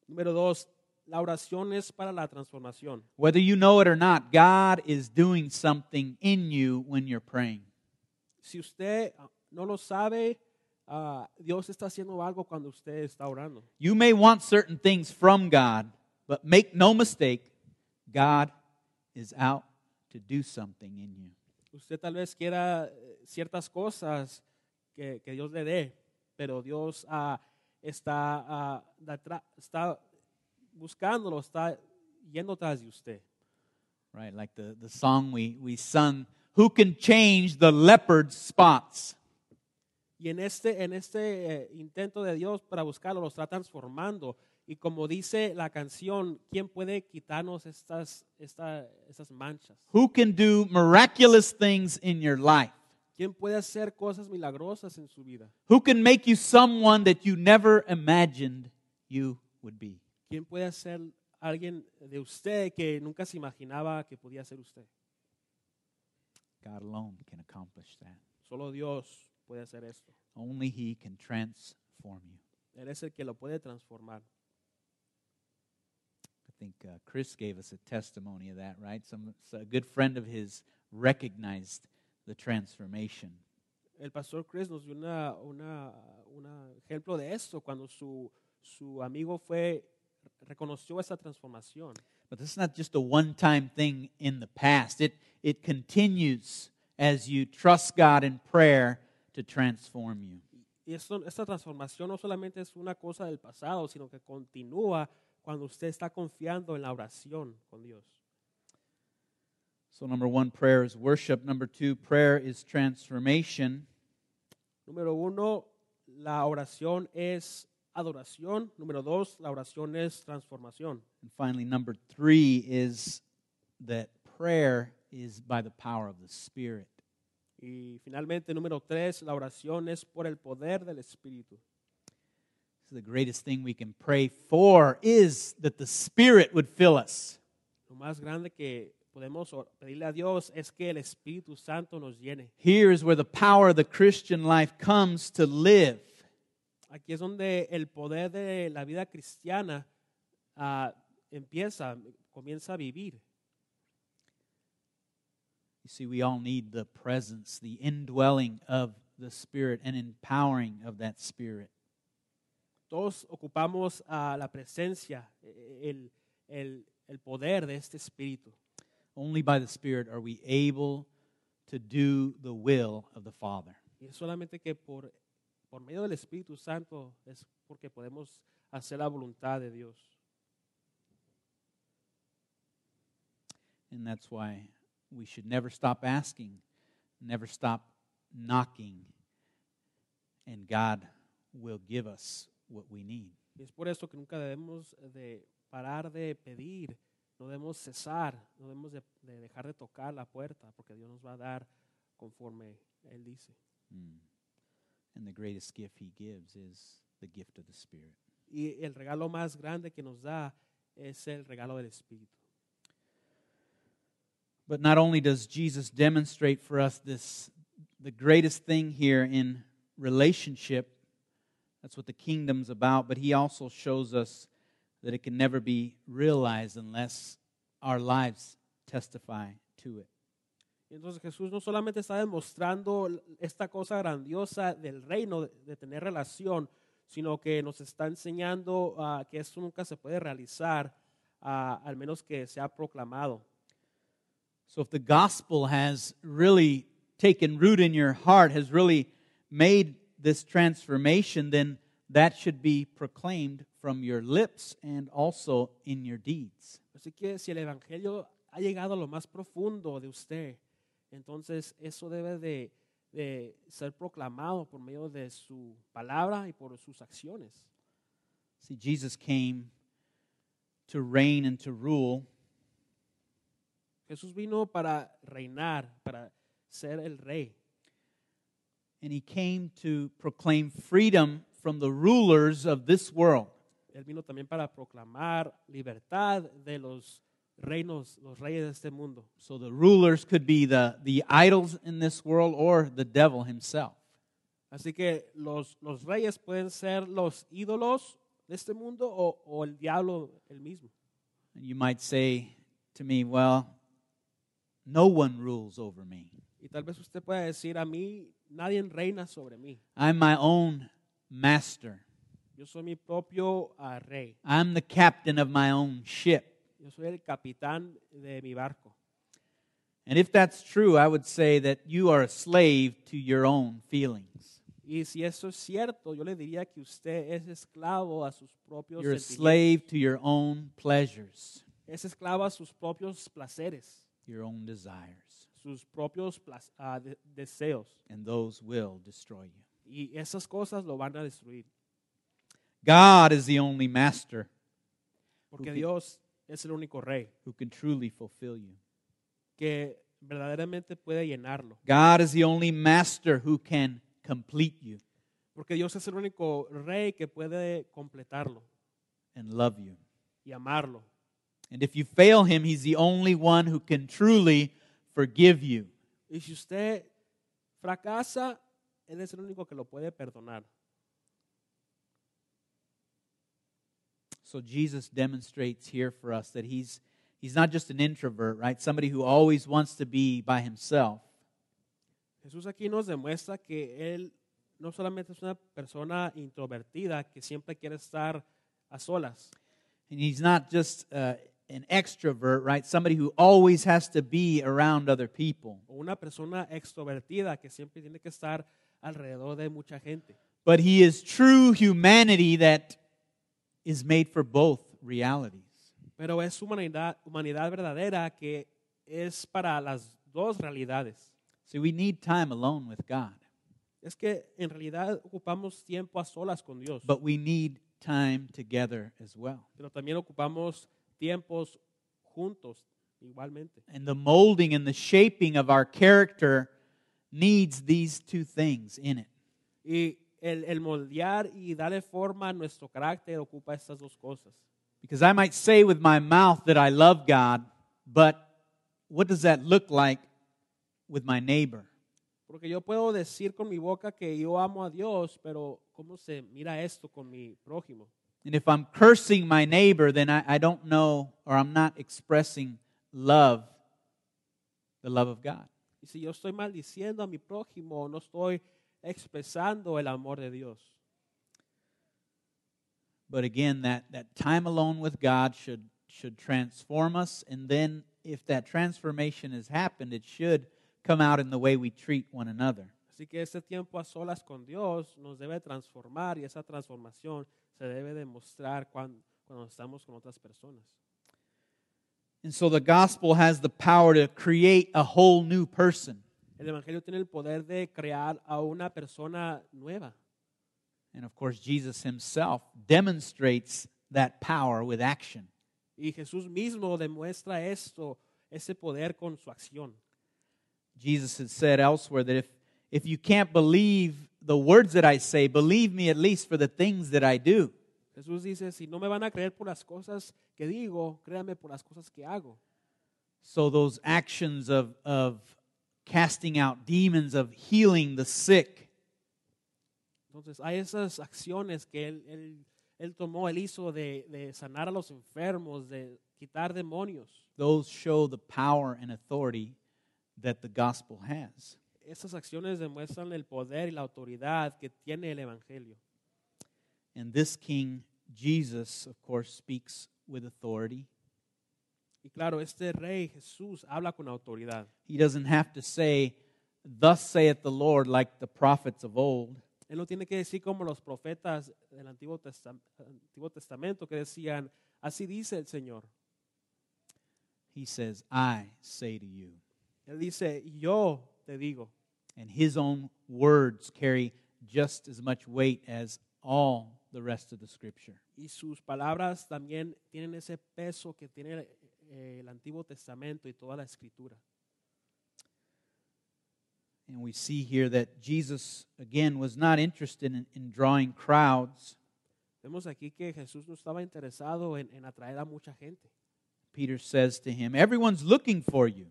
[SPEAKER 2] Número dos, la oración es para la transformación.
[SPEAKER 1] Whether you know it or not, God is doing something in you when you're praying.
[SPEAKER 2] Si usted ah, no lo sabe, ah, Dios está haciendo algo cuando usted está orando.
[SPEAKER 1] You may want certain things from God, but make no mistake, God is out to do something in you.
[SPEAKER 2] Usted tal vez quiera eh, ciertas cosas que, que Dios le dé, pero Dios ah, está, ah, de atra- está buscándolo, está yendo tras de usted.
[SPEAKER 1] Right, like the, the song we, we sung, Who Can Change the Leopard's Spots?
[SPEAKER 2] Y en este, en este eh, intento de Dios para buscarlo, lo está transformando. Y como dice la canción, ¿quién puede quitarnos estas, esta- estas manchas?
[SPEAKER 1] Who can do miraculous things in your life?
[SPEAKER 2] ¿Quién puede hacer cosas milagrosas en su vida?
[SPEAKER 1] Who can make you someone that you never imagined you would be?
[SPEAKER 2] ¿Quién puede hacer alguien de usted que nunca se imaginaba que podía ser usted?
[SPEAKER 1] God alone can accomplish that.
[SPEAKER 2] Solo Dios puede hacer esto.
[SPEAKER 1] Only He can transform you.
[SPEAKER 2] Él es el que lo puede transformar.
[SPEAKER 1] I think uh, Chris gave us a testimony of that, right? Some, a good friend of his recognized the transformation.
[SPEAKER 2] El pastor Chris nos dio una, una, una ejemplo de esto cuando su, su amigo fue, reconoció esa transformación.
[SPEAKER 1] But this is not just a one time thing in the past, it, it continues as you trust God in prayer to transform you.
[SPEAKER 2] Y esto- esta transformación no solamente es una cosa del pasado, sino que continúa cuando usted está confiando en la oración con Dios.
[SPEAKER 1] So, number one, prayer is worship. Number two, prayer is transformation.
[SPEAKER 2] Número uno, la oración es adoración. Número dos, la oración es transformación.
[SPEAKER 1] And finally, number three is that prayer is by the power of the Spirit.
[SPEAKER 2] Y finalmente, número tres, la oración es por el poder del Espíritu.
[SPEAKER 1] So the greatest thing we can pray for is that the Spirit would fill us.
[SPEAKER 2] Lo más grande que podemos or- pedirle a Dios es que el Espíritu Santo nos llene.
[SPEAKER 1] Here is where the power of the Christian life comes to live.
[SPEAKER 2] Aquí es donde el poder de la vida cristiana ah, empieza, comienza a vivir.
[SPEAKER 1] You see, we all need the presence, the indwelling of the Spirit, and empowering of that Spirit.
[SPEAKER 2] Todos ocupamos ah, la presencia, eh, el, el- el poder de este Espíritu.
[SPEAKER 1] Only by the Spirit are we able to do the will of the Father.
[SPEAKER 2] Y es solamente que por, por medio del Espíritu Santo es porque podemos hacer la voluntad de Dios.
[SPEAKER 1] And that's why we should never stop asking, never stop knocking, and God will give us what we need.
[SPEAKER 2] Y es por eso que nunca debemos de parar de pedir, no debemos cesar, no debemos de, de dejar de tocar la puerta, porque Dios nos va a dar conforme Él dice.
[SPEAKER 1] Mm. And the greatest gift He gives is the gift of the Spirit.
[SPEAKER 2] Y el regalo más grande que nos da es el regalo del Espíritu.
[SPEAKER 1] But not only does Jesus demonstrate for us this, the greatest thing here in relationship, that's what the kingdom's about, but he also shows us that it can never be realized unless our lives testify to it.
[SPEAKER 2] Y Entonces Jesús no solamente está demostrando l- esta cosa grandiosa del reino de, de tener relación, sino que nos está enseñando ah, que esto nunca se puede realizar, ah, al menos que sea proclamado.
[SPEAKER 1] So if the gospel has really taken root in your heart, has really made this transformation, then that should be proclaimed from your lips and also in your deeds.
[SPEAKER 2] Así que si el Evangelio ha llegado a lo más profundo de usted, entonces eso debe de, de ser proclamado por medio de su palabra y por sus acciones.
[SPEAKER 1] See, Jesus came to reign and to rule,
[SPEAKER 2] Jesús vino para reinar, para ser el rey.
[SPEAKER 1] and he came to proclaim freedom from the rulers of this world.
[SPEAKER 2] Él vino también para proclamar libertad de los reinos, los reyes de este mundo.
[SPEAKER 1] So the rulers could be the, the idols in this world or the devil himself.
[SPEAKER 2] Así que los, los reyes pueden ser los ídolos de este mundo o, o el diablo el mismo.
[SPEAKER 1] And you might say to me, Well, no one rules over me.
[SPEAKER 2] Y tal vez usted pueda decir, a mí nadie reina sobre mí.
[SPEAKER 1] I'm my own master,
[SPEAKER 2] Yo soy mi propio ah, rey.
[SPEAKER 1] I'm the captain of my own ship.
[SPEAKER 2] Yo soy el capitán de mi barco.
[SPEAKER 1] And if that's true, I would say that you are a slave to your own feelings.
[SPEAKER 2] Y si eso es cierto, yo le diría que usted es esclavo a sus propios
[SPEAKER 1] You're a
[SPEAKER 2] sentimientos.
[SPEAKER 1] slave to your own pleasures,
[SPEAKER 2] Es esclavo a sus propios placeres,
[SPEAKER 1] your own desires,
[SPEAKER 2] sus propios plas- ah, de- deseos.
[SPEAKER 1] and those will destroy you.
[SPEAKER 2] Y esas cosas lo van a destruir.
[SPEAKER 1] God is the only master
[SPEAKER 2] Porque
[SPEAKER 1] Ok.
[SPEAKER 2] Dios es el único rey
[SPEAKER 1] who can truly fulfill you.
[SPEAKER 2] que verdaderamente puede llenarlo.
[SPEAKER 1] God is the only master who can complete you
[SPEAKER 2] Porque Dios es el único rey que puede completarlo
[SPEAKER 1] and love you.
[SPEAKER 2] y amarlo.
[SPEAKER 1] And if you fail him, he's the only one who can truly forgive you.
[SPEAKER 2] Y si usted fracasa, Él es el único que lo puede perdonar.
[SPEAKER 1] So Jesus demonstrates here for us that he's he's not just an introvert, right? Somebody who always wants to be by himself.
[SPEAKER 2] Jesús aquí nos demuestra que Él no solamente es una persona introvertida que siempre quiere estar a solas,
[SPEAKER 1] And he's not just uh, an extrovert, right? Somebody who always has to be around other people.
[SPEAKER 2] o una persona extrovertida que siempre tiene que estar alrededor de mucha gente,
[SPEAKER 1] But he is true humanity that is made for both realities.
[SPEAKER 2] pero es humanidad, humanidad verdadera que es para las dos realidades.
[SPEAKER 1] So we need time alone with God,
[SPEAKER 2] Es que en realidad ocupamos tiempo a solas con Dios,
[SPEAKER 1] but we need time together as well.
[SPEAKER 2] pero también ocupamos tiempos juntos igualmente.
[SPEAKER 1] And the molding and the shaping of our character needs these two things in it.
[SPEAKER 2] Y el, el moldear y darle forma a nuestro carácter ocupa estas dos cosas.
[SPEAKER 1] Because I might say with my mouth that I love God, but what does that look like with my neighbor?
[SPEAKER 2] Porque yo puedo decir con mi boca que yo amo a Dios, pero ¿cómo se mira esto con mi prójimo?
[SPEAKER 1] And if I'm cursing my neighbor, then I, I don't know or I'm not expressing love, the love of God.
[SPEAKER 2] Y si yo estoy maldiciendo a mi prójimo, no estoy expresando el amor de Dios.
[SPEAKER 1] But again, that, that time alone with God should, should transform us. And then if that transformation has happened, it should come out in the way we treat one another.
[SPEAKER 2] Así que este tiempo a solas con Dios nos debe transformar y esa transformación se debe demostrar cuando, cuando estamos con otras personas.
[SPEAKER 1] And so the gospel has the power to create a whole new person.
[SPEAKER 2] El Evangelio tiene el poder de crear a una persona nueva.
[SPEAKER 1] And of course, Jesus himself demonstrates that power with action.
[SPEAKER 2] Y Jesús mismo demuestra esto, ese poder con su acción.
[SPEAKER 1] Jesus has said elsewhere that if, if you can't believe the words that I say, believe me at least for the things that I do.
[SPEAKER 2] Jesús dice, si no me van a creer por las cosas que digo, créanme por las cosas que hago.
[SPEAKER 1] So, those actions of, of casting out demons, of healing the sick,
[SPEAKER 2] Entonces hay esas acciones que él, él- él tomó, él hizo de, de sanar a los enfermos, de quitar demonios.
[SPEAKER 1] those show the power and authority that the gospel has.
[SPEAKER 2] Esas acciones demuestran el poder y la autoridad que tiene el Evangelio.
[SPEAKER 1] And this King, Jesus, of course, speaks with authority.
[SPEAKER 2] Y claro, este rey Jesús habla con autoridad.
[SPEAKER 1] He doesn't have to say, Thus saith the Lord, like the prophets of old.
[SPEAKER 2] Él no tiene que decir como los profetas del Antiguo, Testam- Antiguo Testamento que decían, así dice el Señor.
[SPEAKER 1] He says, I say to you.
[SPEAKER 2] Él dice, yo te digo.
[SPEAKER 1] And his own words carry just as much weight as all the rest of the scripture.
[SPEAKER 2] Y sus palabras también tienen ese peso que tiene eh, el Antiguo Testamento y toda la Escritura.
[SPEAKER 1] And we see here that Jesus, again, was not interested in, in drawing crowds.
[SPEAKER 2] Vemos aquí que Jesús no estaba interesado en, en atraer a mucha gente.
[SPEAKER 1] Peter says to him, Everyone's looking for you.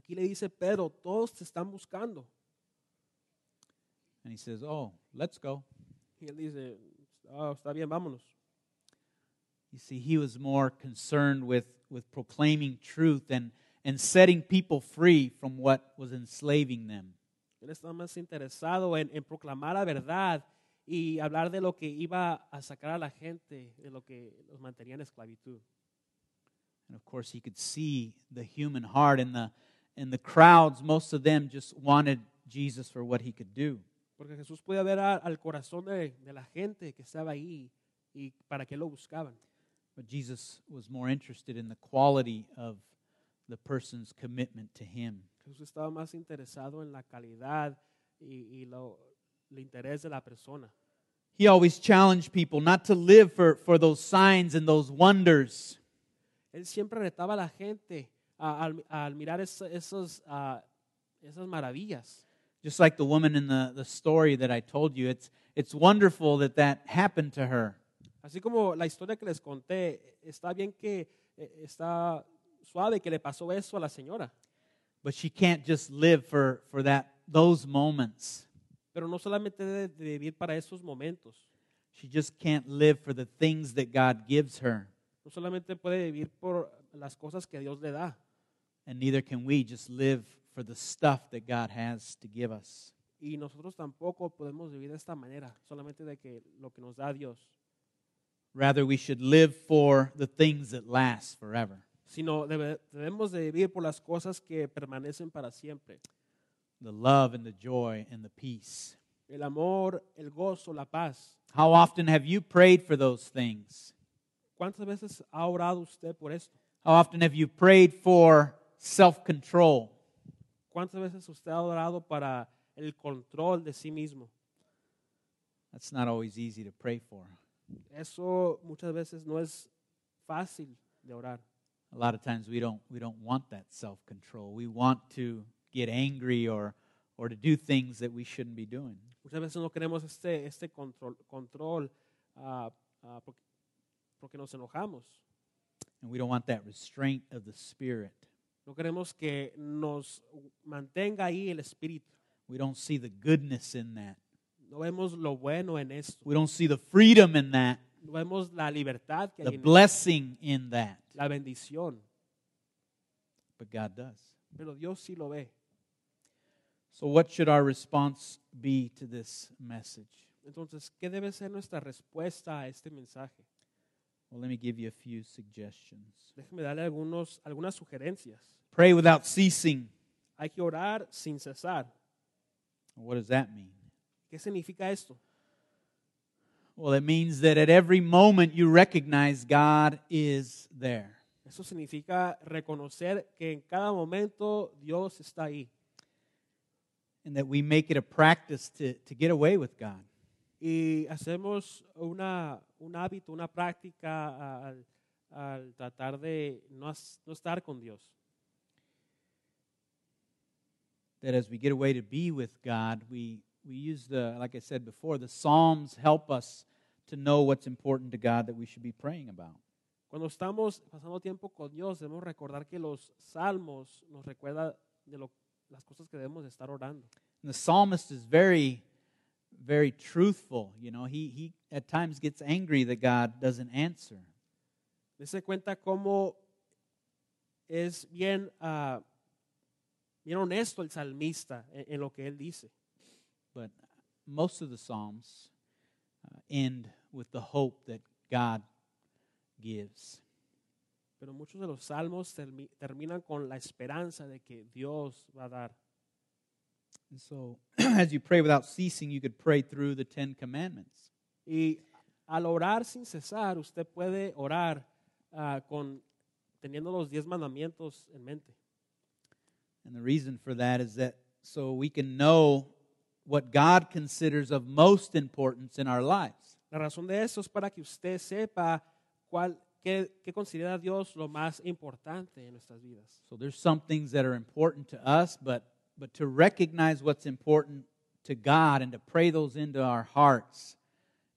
[SPEAKER 2] Aquí le dice Pedro, todos te están buscando.
[SPEAKER 1] And he says, Oh, let's go.
[SPEAKER 2] Y él dice, "Ah, está bien, vámonos.
[SPEAKER 1] You see, he was more concerned with, with proclaiming truth and, and setting people free from what was enslaving them.
[SPEAKER 2] Él estaba más interesado en, en proclamar la verdad y hablar de lo que iba a sacar a la gente, de lo que los mantenía en esclavitud.
[SPEAKER 1] And of course, he could see the human heart and the, And the crowds, most of them just wanted Jesus for what he could do.
[SPEAKER 2] Porque Jesús podía ver a- al corazón de, de la gente que estaba ahí y para qué lo buscaban.
[SPEAKER 1] But Jesus was more interested in the quality of the person's commitment to him.
[SPEAKER 2] Jesús estaba más interesado en la calidad y, y lo- el interés de la persona.
[SPEAKER 1] He always challenged people not to live for, for those signs and those wonders,
[SPEAKER 2] Él siempre retaba a la gente a- al, al mirar esa- esos, ah, esas maravillas.
[SPEAKER 1] just like the woman in the, the story that I told you. It's, it's wonderful that that happened to her.
[SPEAKER 2] Así como la historia que les conté, e-, está bien que eh, está suave que le pasó eso a la señora,
[SPEAKER 1] But she can't just live for, for that, those moments.
[SPEAKER 2] pero no solamente de, de vivir para esos momentos,
[SPEAKER 1] She just can't live for the things that God gives her.
[SPEAKER 2] no solamente puede vivir por las cosas que Dios le da,
[SPEAKER 1] And neither can we just live for the stuff that God has to give us.
[SPEAKER 2] y nosotros tampoco podemos vivir de esta manera, solamente de que lo que nos da Dios,
[SPEAKER 1] Rather, we should live for the things that last forever.
[SPEAKER 2] sino debe- debemos de vivir por las cosas que permanecen para siempre,
[SPEAKER 1] the love and the joy and the peace.
[SPEAKER 2] el amor, el gozo, la paz.
[SPEAKER 1] How often have you prayed for those things?
[SPEAKER 2] ¿Cuántas veces ha orado usted por esto?
[SPEAKER 1] How often have you prayed for self control?
[SPEAKER 2] ¿Cuántas veces usted ha orado para el control de sí mismo?
[SPEAKER 1] That's not always easy to pray for.
[SPEAKER 2] Eso muchas veces no es fácil de orar.
[SPEAKER 1] A lot of times we don't, we don't want that self control. We want to get angry or, or to do things that we shouldn't be doing.
[SPEAKER 2] Muchas veces no queremos este, este control, control ah, ah, porque, porque nos enojamos.
[SPEAKER 1] And we don't want that restraint of the Spirit.
[SPEAKER 2] No queremos que nos mantenga ahí el espíritu.
[SPEAKER 1] We don't see the goodness in that.
[SPEAKER 2] No vemos lo bueno en esto.
[SPEAKER 1] We don't see the freedom in that,
[SPEAKER 2] No vemos la libertad que
[SPEAKER 1] the
[SPEAKER 2] hay en esto,
[SPEAKER 1] blessing in that.
[SPEAKER 2] la bendición.
[SPEAKER 1] But God does.
[SPEAKER 2] Pero Dios sí lo ve.
[SPEAKER 1] So, what should our response be to this message?
[SPEAKER 2] Entonces, ¿qué debe ser nuestra respuesta a este mensaje?
[SPEAKER 1] Well, let me give you a few suggestions.
[SPEAKER 2] Déjeme darle algunos, algunas sugerencias.
[SPEAKER 1] Pray without ceasing.
[SPEAKER 2] Hay que orar sin cesar.
[SPEAKER 1] What does that mean?
[SPEAKER 2] ¿Qué significa esto?
[SPEAKER 1] Well, it means that at every moment you recognize God is there.
[SPEAKER 2] Eso significa reconocer que en cada momento Dios está ahí
[SPEAKER 1] And that we make it a practice to, to get away with God,
[SPEAKER 2] y hacemos una, un hábito, una práctica al, al tratar de no, as- no estar con Dios.
[SPEAKER 1] that as we get away to be with God, we, we use the, like I said before, the Psalms help us to know what's important to God that we should be praying about.
[SPEAKER 2] Cuando estamos pasando tiempo con Dios, debemos recordar que los salmos nos recuerdan de lo- las cosas que debemos de estar orando.
[SPEAKER 1] And the psalmist is very, very truthful. You know, he, he at times gets angry that God doesn't answer.
[SPEAKER 2] Dese cuenta cómo es bien, ah, bien honesto el salmista en- en lo que él dice.
[SPEAKER 1] But most of the psalms uh, end with the hope that God gives.
[SPEAKER 2] Pero muchos de los salmos termi- terminan con la esperanza de que Dios va a dar.
[SPEAKER 1] And so, as you pray without ceasing, you could pray through the Ten Commandments.
[SPEAKER 2] Y al orar sin cesar, usted puede orar ah, con, teniendo los diez mandamientos en mente.
[SPEAKER 1] And the reason for that is that so we can know what God considers of most importance in our lives.
[SPEAKER 2] La razón de eso es para que usted sepa cuál, qué, qué considera Dios lo más importante en nuestras vidas.
[SPEAKER 1] So there's some things that are important to us, but but to recognize what's important to God and to pray those into our hearts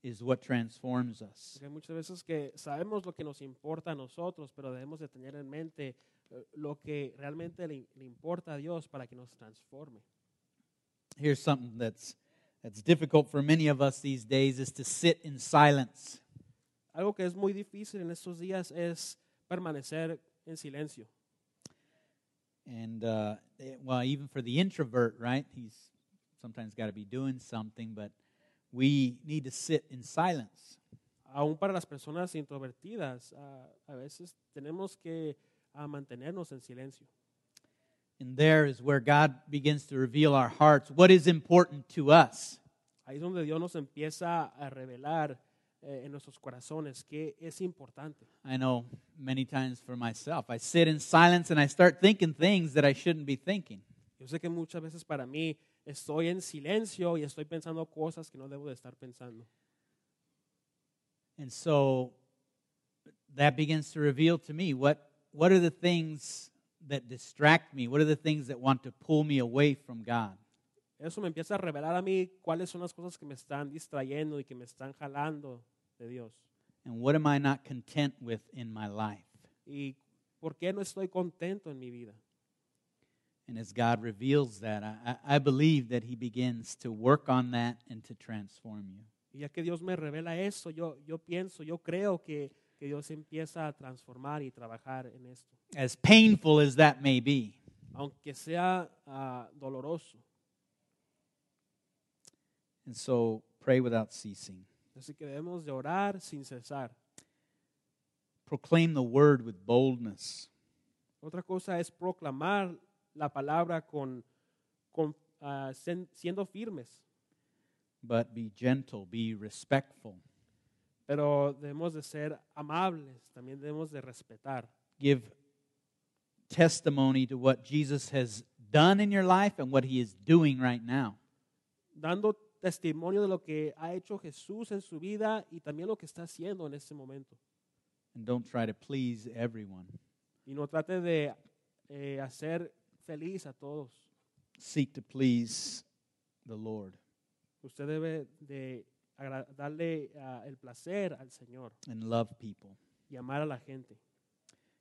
[SPEAKER 1] is what transforms us.
[SPEAKER 2] Porque hay muchas veces que sabemos lo que nos importa a nosotros, pero debemos de tener en mente eh, lo que realmente le- le importa a Dios para que nos transforme.
[SPEAKER 1] Here's something that's that's difficult for many of us these days is to sit in silence.
[SPEAKER 2] Algo que es muy difícil en estos días es permanecer en silencio.
[SPEAKER 1] And uh, it- well, even for the introvert, right? He's sometimes got to be doing something, but we need to sit in silence.
[SPEAKER 2] Aún para las personas introvertidas, ah, a veces tenemos que ah, mantenernos en silencio.
[SPEAKER 1] And there is where God begins to reveal our hearts, what is important to us.
[SPEAKER 2] Ahí es donde Dios nos empieza a revelar eh, en nuestros corazones qué es importante.
[SPEAKER 1] I know many times for myself, I sit in silence and I start thinking things that I shouldn't be thinking.
[SPEAKER 2] Yo sé que muchas veces para mí estoy en silencio y estoy pensando cosas que no debo de estar pensando.
[SPEAKER 1] And so that begins to reveal to me what, what are the things that distract me? What are the things that want to pull me away from God?
[SPEAKER 2] Eso me empieza a revelar a mí cuáles son las cosas que me están distrayendo y que me están jalando de Dios.
[SPEAKER 1] And what am I not content with in my life?
[SPEAKER 2] Y por qué no estoy contento en mi vida.
[SPEAKER 1] And as God reveals that, I, I I believe that He begins to work on that and to transform you.
[SPEAKER 2] Y ya que Dios me revela eso, yo, yo pienso, yo creo que, que Dios empieza a transformar y trabajar en esto.
[SPEAKER 1] As painful as that may be,
[SPEAKER 2] Aunque sea ah, doloroso.
[SPEAKER 1] And so pray without ceasing.
[SPEAKER 2] Así que debemos de orar sin cesar.
[SPEAKER 1] Proclaim the word with boldness.
[SPEAKER 2] Otra cosa es proclamar la palabra con, con, ah, sen- siendo firmes,
[SPEAKER 1] but be gentle, be respectful.
[SPEAKER 2] pero debemos de ser amables, también debemos de respetar.
[SPEAKER 1] Give testimony to what Jesus has done in your life and what he is doing right now.
[SPEAKER 2] dando testimonio de lo que ha hecho Jesús en su vida y también lo que está haciendo en este momento.
[SPEAKER 1] And don't try to please everyone.
[SPEAKER 2] Y no trate de eh, hacer feliz a todos.
[SPEAKER 1] Seek to please the Lord.
[SPEAKER 2] Usted debe de agra- darle ah, el placer al Señor
[SPEAKER 1] and love people.
[SPEAKER 2] y amar a la gente.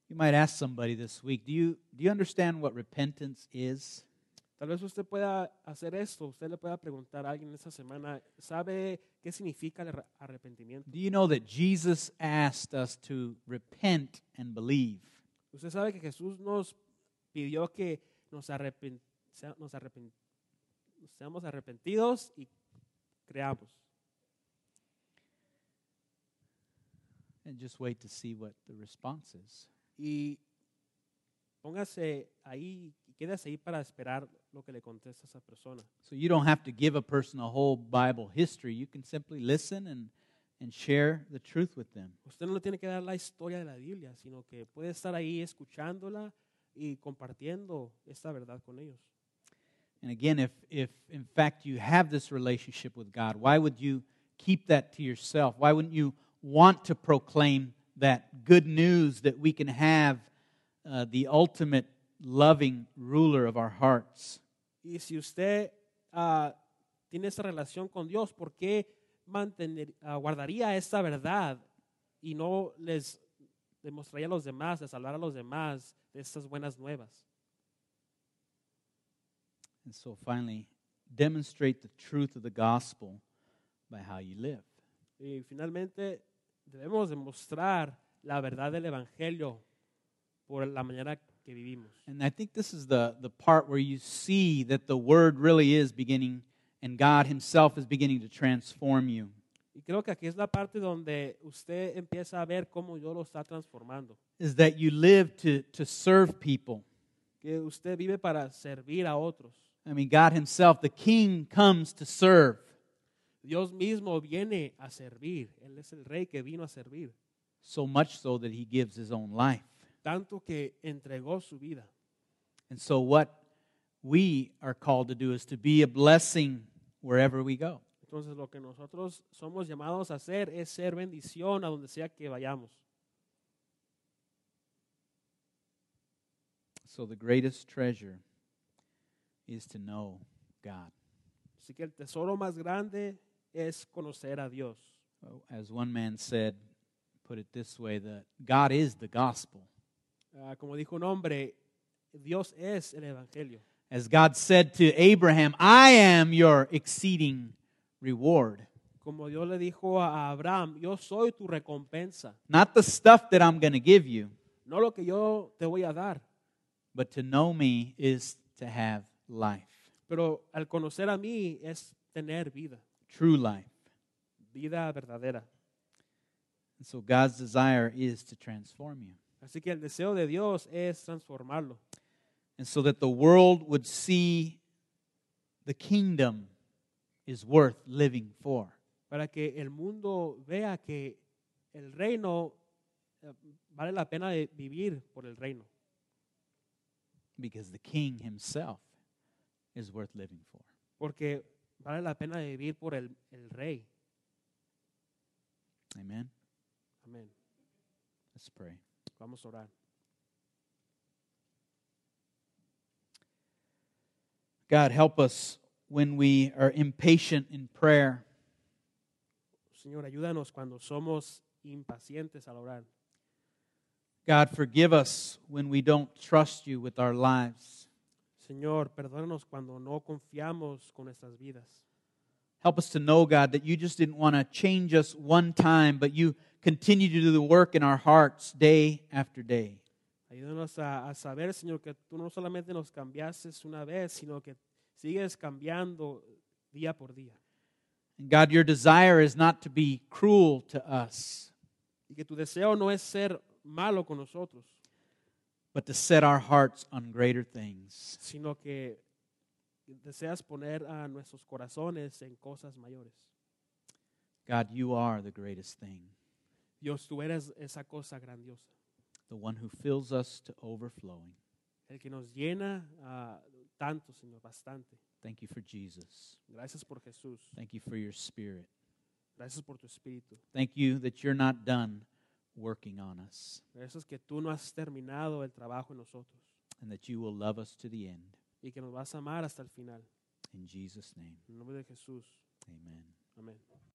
[SPEAKER 1] You might ask somebody this week, do you do you understand what repentance is?
[SPEAKER 2] Tal vez usted pueda hacer esto, usted le pueda preguntar a alguien esta semana, ¿sabe qué significa el arre- arrepentimiento?
[SPEAKER 1] Do you know that Jesus asked us to repent and believe?
[SPEAKER 2] Usted sabe que Jesús nos pidió que nos, arrepen- sea- nos arrepen- seamos arrepentidos y creamos.
[SPEAKER 1] And just wait to see what the response is.
[SPEAKER 2] y póngase ahí y quédese ahí para esperar lo que le contesta esa persona.
[SPEAKER 1] So you don't have to give a person a whole Bible history. You can simply listen and and share the truth with them.
[SPEAKER 2] Usted no le tiene que dar la historia de la Biblia, sino que puede estar ahí escuchándola y compartiendo esta verdad con ellos.
[SPEAKER 1] And again, if if in fact you have this relationship with God, why would you keep that to yourself? Why wouldn't you want to proclaim that good news that we can have uh, the ultimate loving ruler of our hearts?
[SPEAKER 2] Y si usted ah, tiene esa relación con Dios, ¿por qué mantener, ah, guardaría esta verdad y no les demostraría a los demás, les hablar a los demás de estas buenas nuevas?
[SPEAKER 1] And so finally, demonstrate the truth of the gospel by how you live.
[SPEAKER 2] Y finalmente, debemos demostrar la verdad del Evangelio por la manera que vivimos.
[SPEAKER 1] And I think this is the, the part where you see that the word really is beginning and God Himself is beginning to transform you.
[SPEAKER 2] Y creo que aquí es la parte donde usted empieza a ver cómo Dios lo está transformando.
[SPEAKER 1] Is that you live to, to serve people.
[SPEAKER 2] Que usted vive para servir a otros.
[SPEAKER 1] I mean, God Himself, the King, comes to serve.
[SPEAKER 2] Dios mismo viene a servir. Él es el rey que vino a servir.
[SPEAKER 1] So much so that He gives His own life.
[SPEAKER 2] Tanto que entregó su vida.
[SPEAKER 1] And so, what we are called to do is to be a blessing wherever we go.
[SPEAKER 2] Entonces lo que nosotros somos llamados a hacer es ser bendición a donde sea que vayamos.
[SPEAKER 1] So, the greatest treasure is to know God.
[SPEAKER 2] Así que el tesoro más grande es conocer a Dios.
[SPEAKER 1] As one man said, put it this way that God is the gospel.
[SPEAKER 2] Ah, como dijo un hombre, Dios es el Evangelio.
[SPEAKER 1] As God said to Abraham, I am your exceeding reward.
[SPEAKER 2] Como Dios le dijo a Abraham, yo soy tu recompensa,
[SPEAKER 1] Not the stuff that I'm going to give you,
[SPEAKER 2] no lo que yo te voy a dar,
[SPEAKER 1] but to know me is to have life,
[SPEAKER 2] pero al conocer a mí es tener vida,
[SPEAKER 1] true life.
[SPEAKER 2] vida verdadera.
[SPEAKER 1] And so God's desire is to transform you.
[SPEAKER 2] Así que el deseo de Dios es transformarlo.
[SPEAKER 1] and so that the world would see the kingdom is worth living for.
[SPEAKER 2] para que el mundo vea que el reino eh, vale la pena de vivir por el reino,
[SPEAKER 1] because the king himself is worth living for.
[SPEAKER 2] porque vale la pena de vivir por el, el rey.
[SPEAKER 1] Amen.
[SPEAKER 2] Amén.
[SPEAKER 1] Let's pray.
[SPEAKER 2] Vamos a orar.
[SPEAKER 1] God, help us when we are impatient in prayer
[SPEAKER 2] Señor, ayúdanos cuando somos impacientes al orar.
[SPEAKER 1] God, forgive us when we don't trust you with our lives.
[SPEAKER 2] Señor, perdónanos cuando no confiamos con nuestras vidas.
[SPEAKER 1] Help us to know, God, that you just didn't want to change us one time, but you continue to do the work in our hearts day after day.
[SPEAKER 2] Ayúdanos a, a saber, Señor, que tú no solamente nos cambiaste una vez, sino que sigues cambiando día por día.
[SPEAKER 1] And God, your desire is not to be cruel to us,
[SPEAKER 2] Y que tu deseo no es ser malo con nosotros,
[SPEAKER 1] but to set our hearts on greater things.
[SPEAKER 2] sino que deseas poner a nuestros corazones en cosas mayores.
[SPEAKER 1] God, you are the greatest thing,
[SPEAKER 2] Dios, tú eres esa cosa grandiosa,
[SPEAKER 1] the one who fills us to overflowing.
[SPEAKER 2] el que nos llena ah, tanto, Señor, bastante.
[SPEAKER 1] Thank you for Jesus.
[SPEAKER 2] Gracias por Jesús,
[SPEAKER 1] Thank you for your spirit.
[SPEAKER 2] gracias por tu Espíritu,
[SPEAKER 1] Thank you that you're not done working on us
[SPEAKER 2] gracias que tú no has terminado el trabajo en nosotros
[SPEAKER 1] and that you will love us to the end.
[SPEAKER 2] y que nos vas a amar hasta el final.
[SPEAKER 1] In Jesus' name,
[SPEAKER 2] En nombre de Jesús,
[SPEAKER 1] amen.
[SPEAKER 2] amén.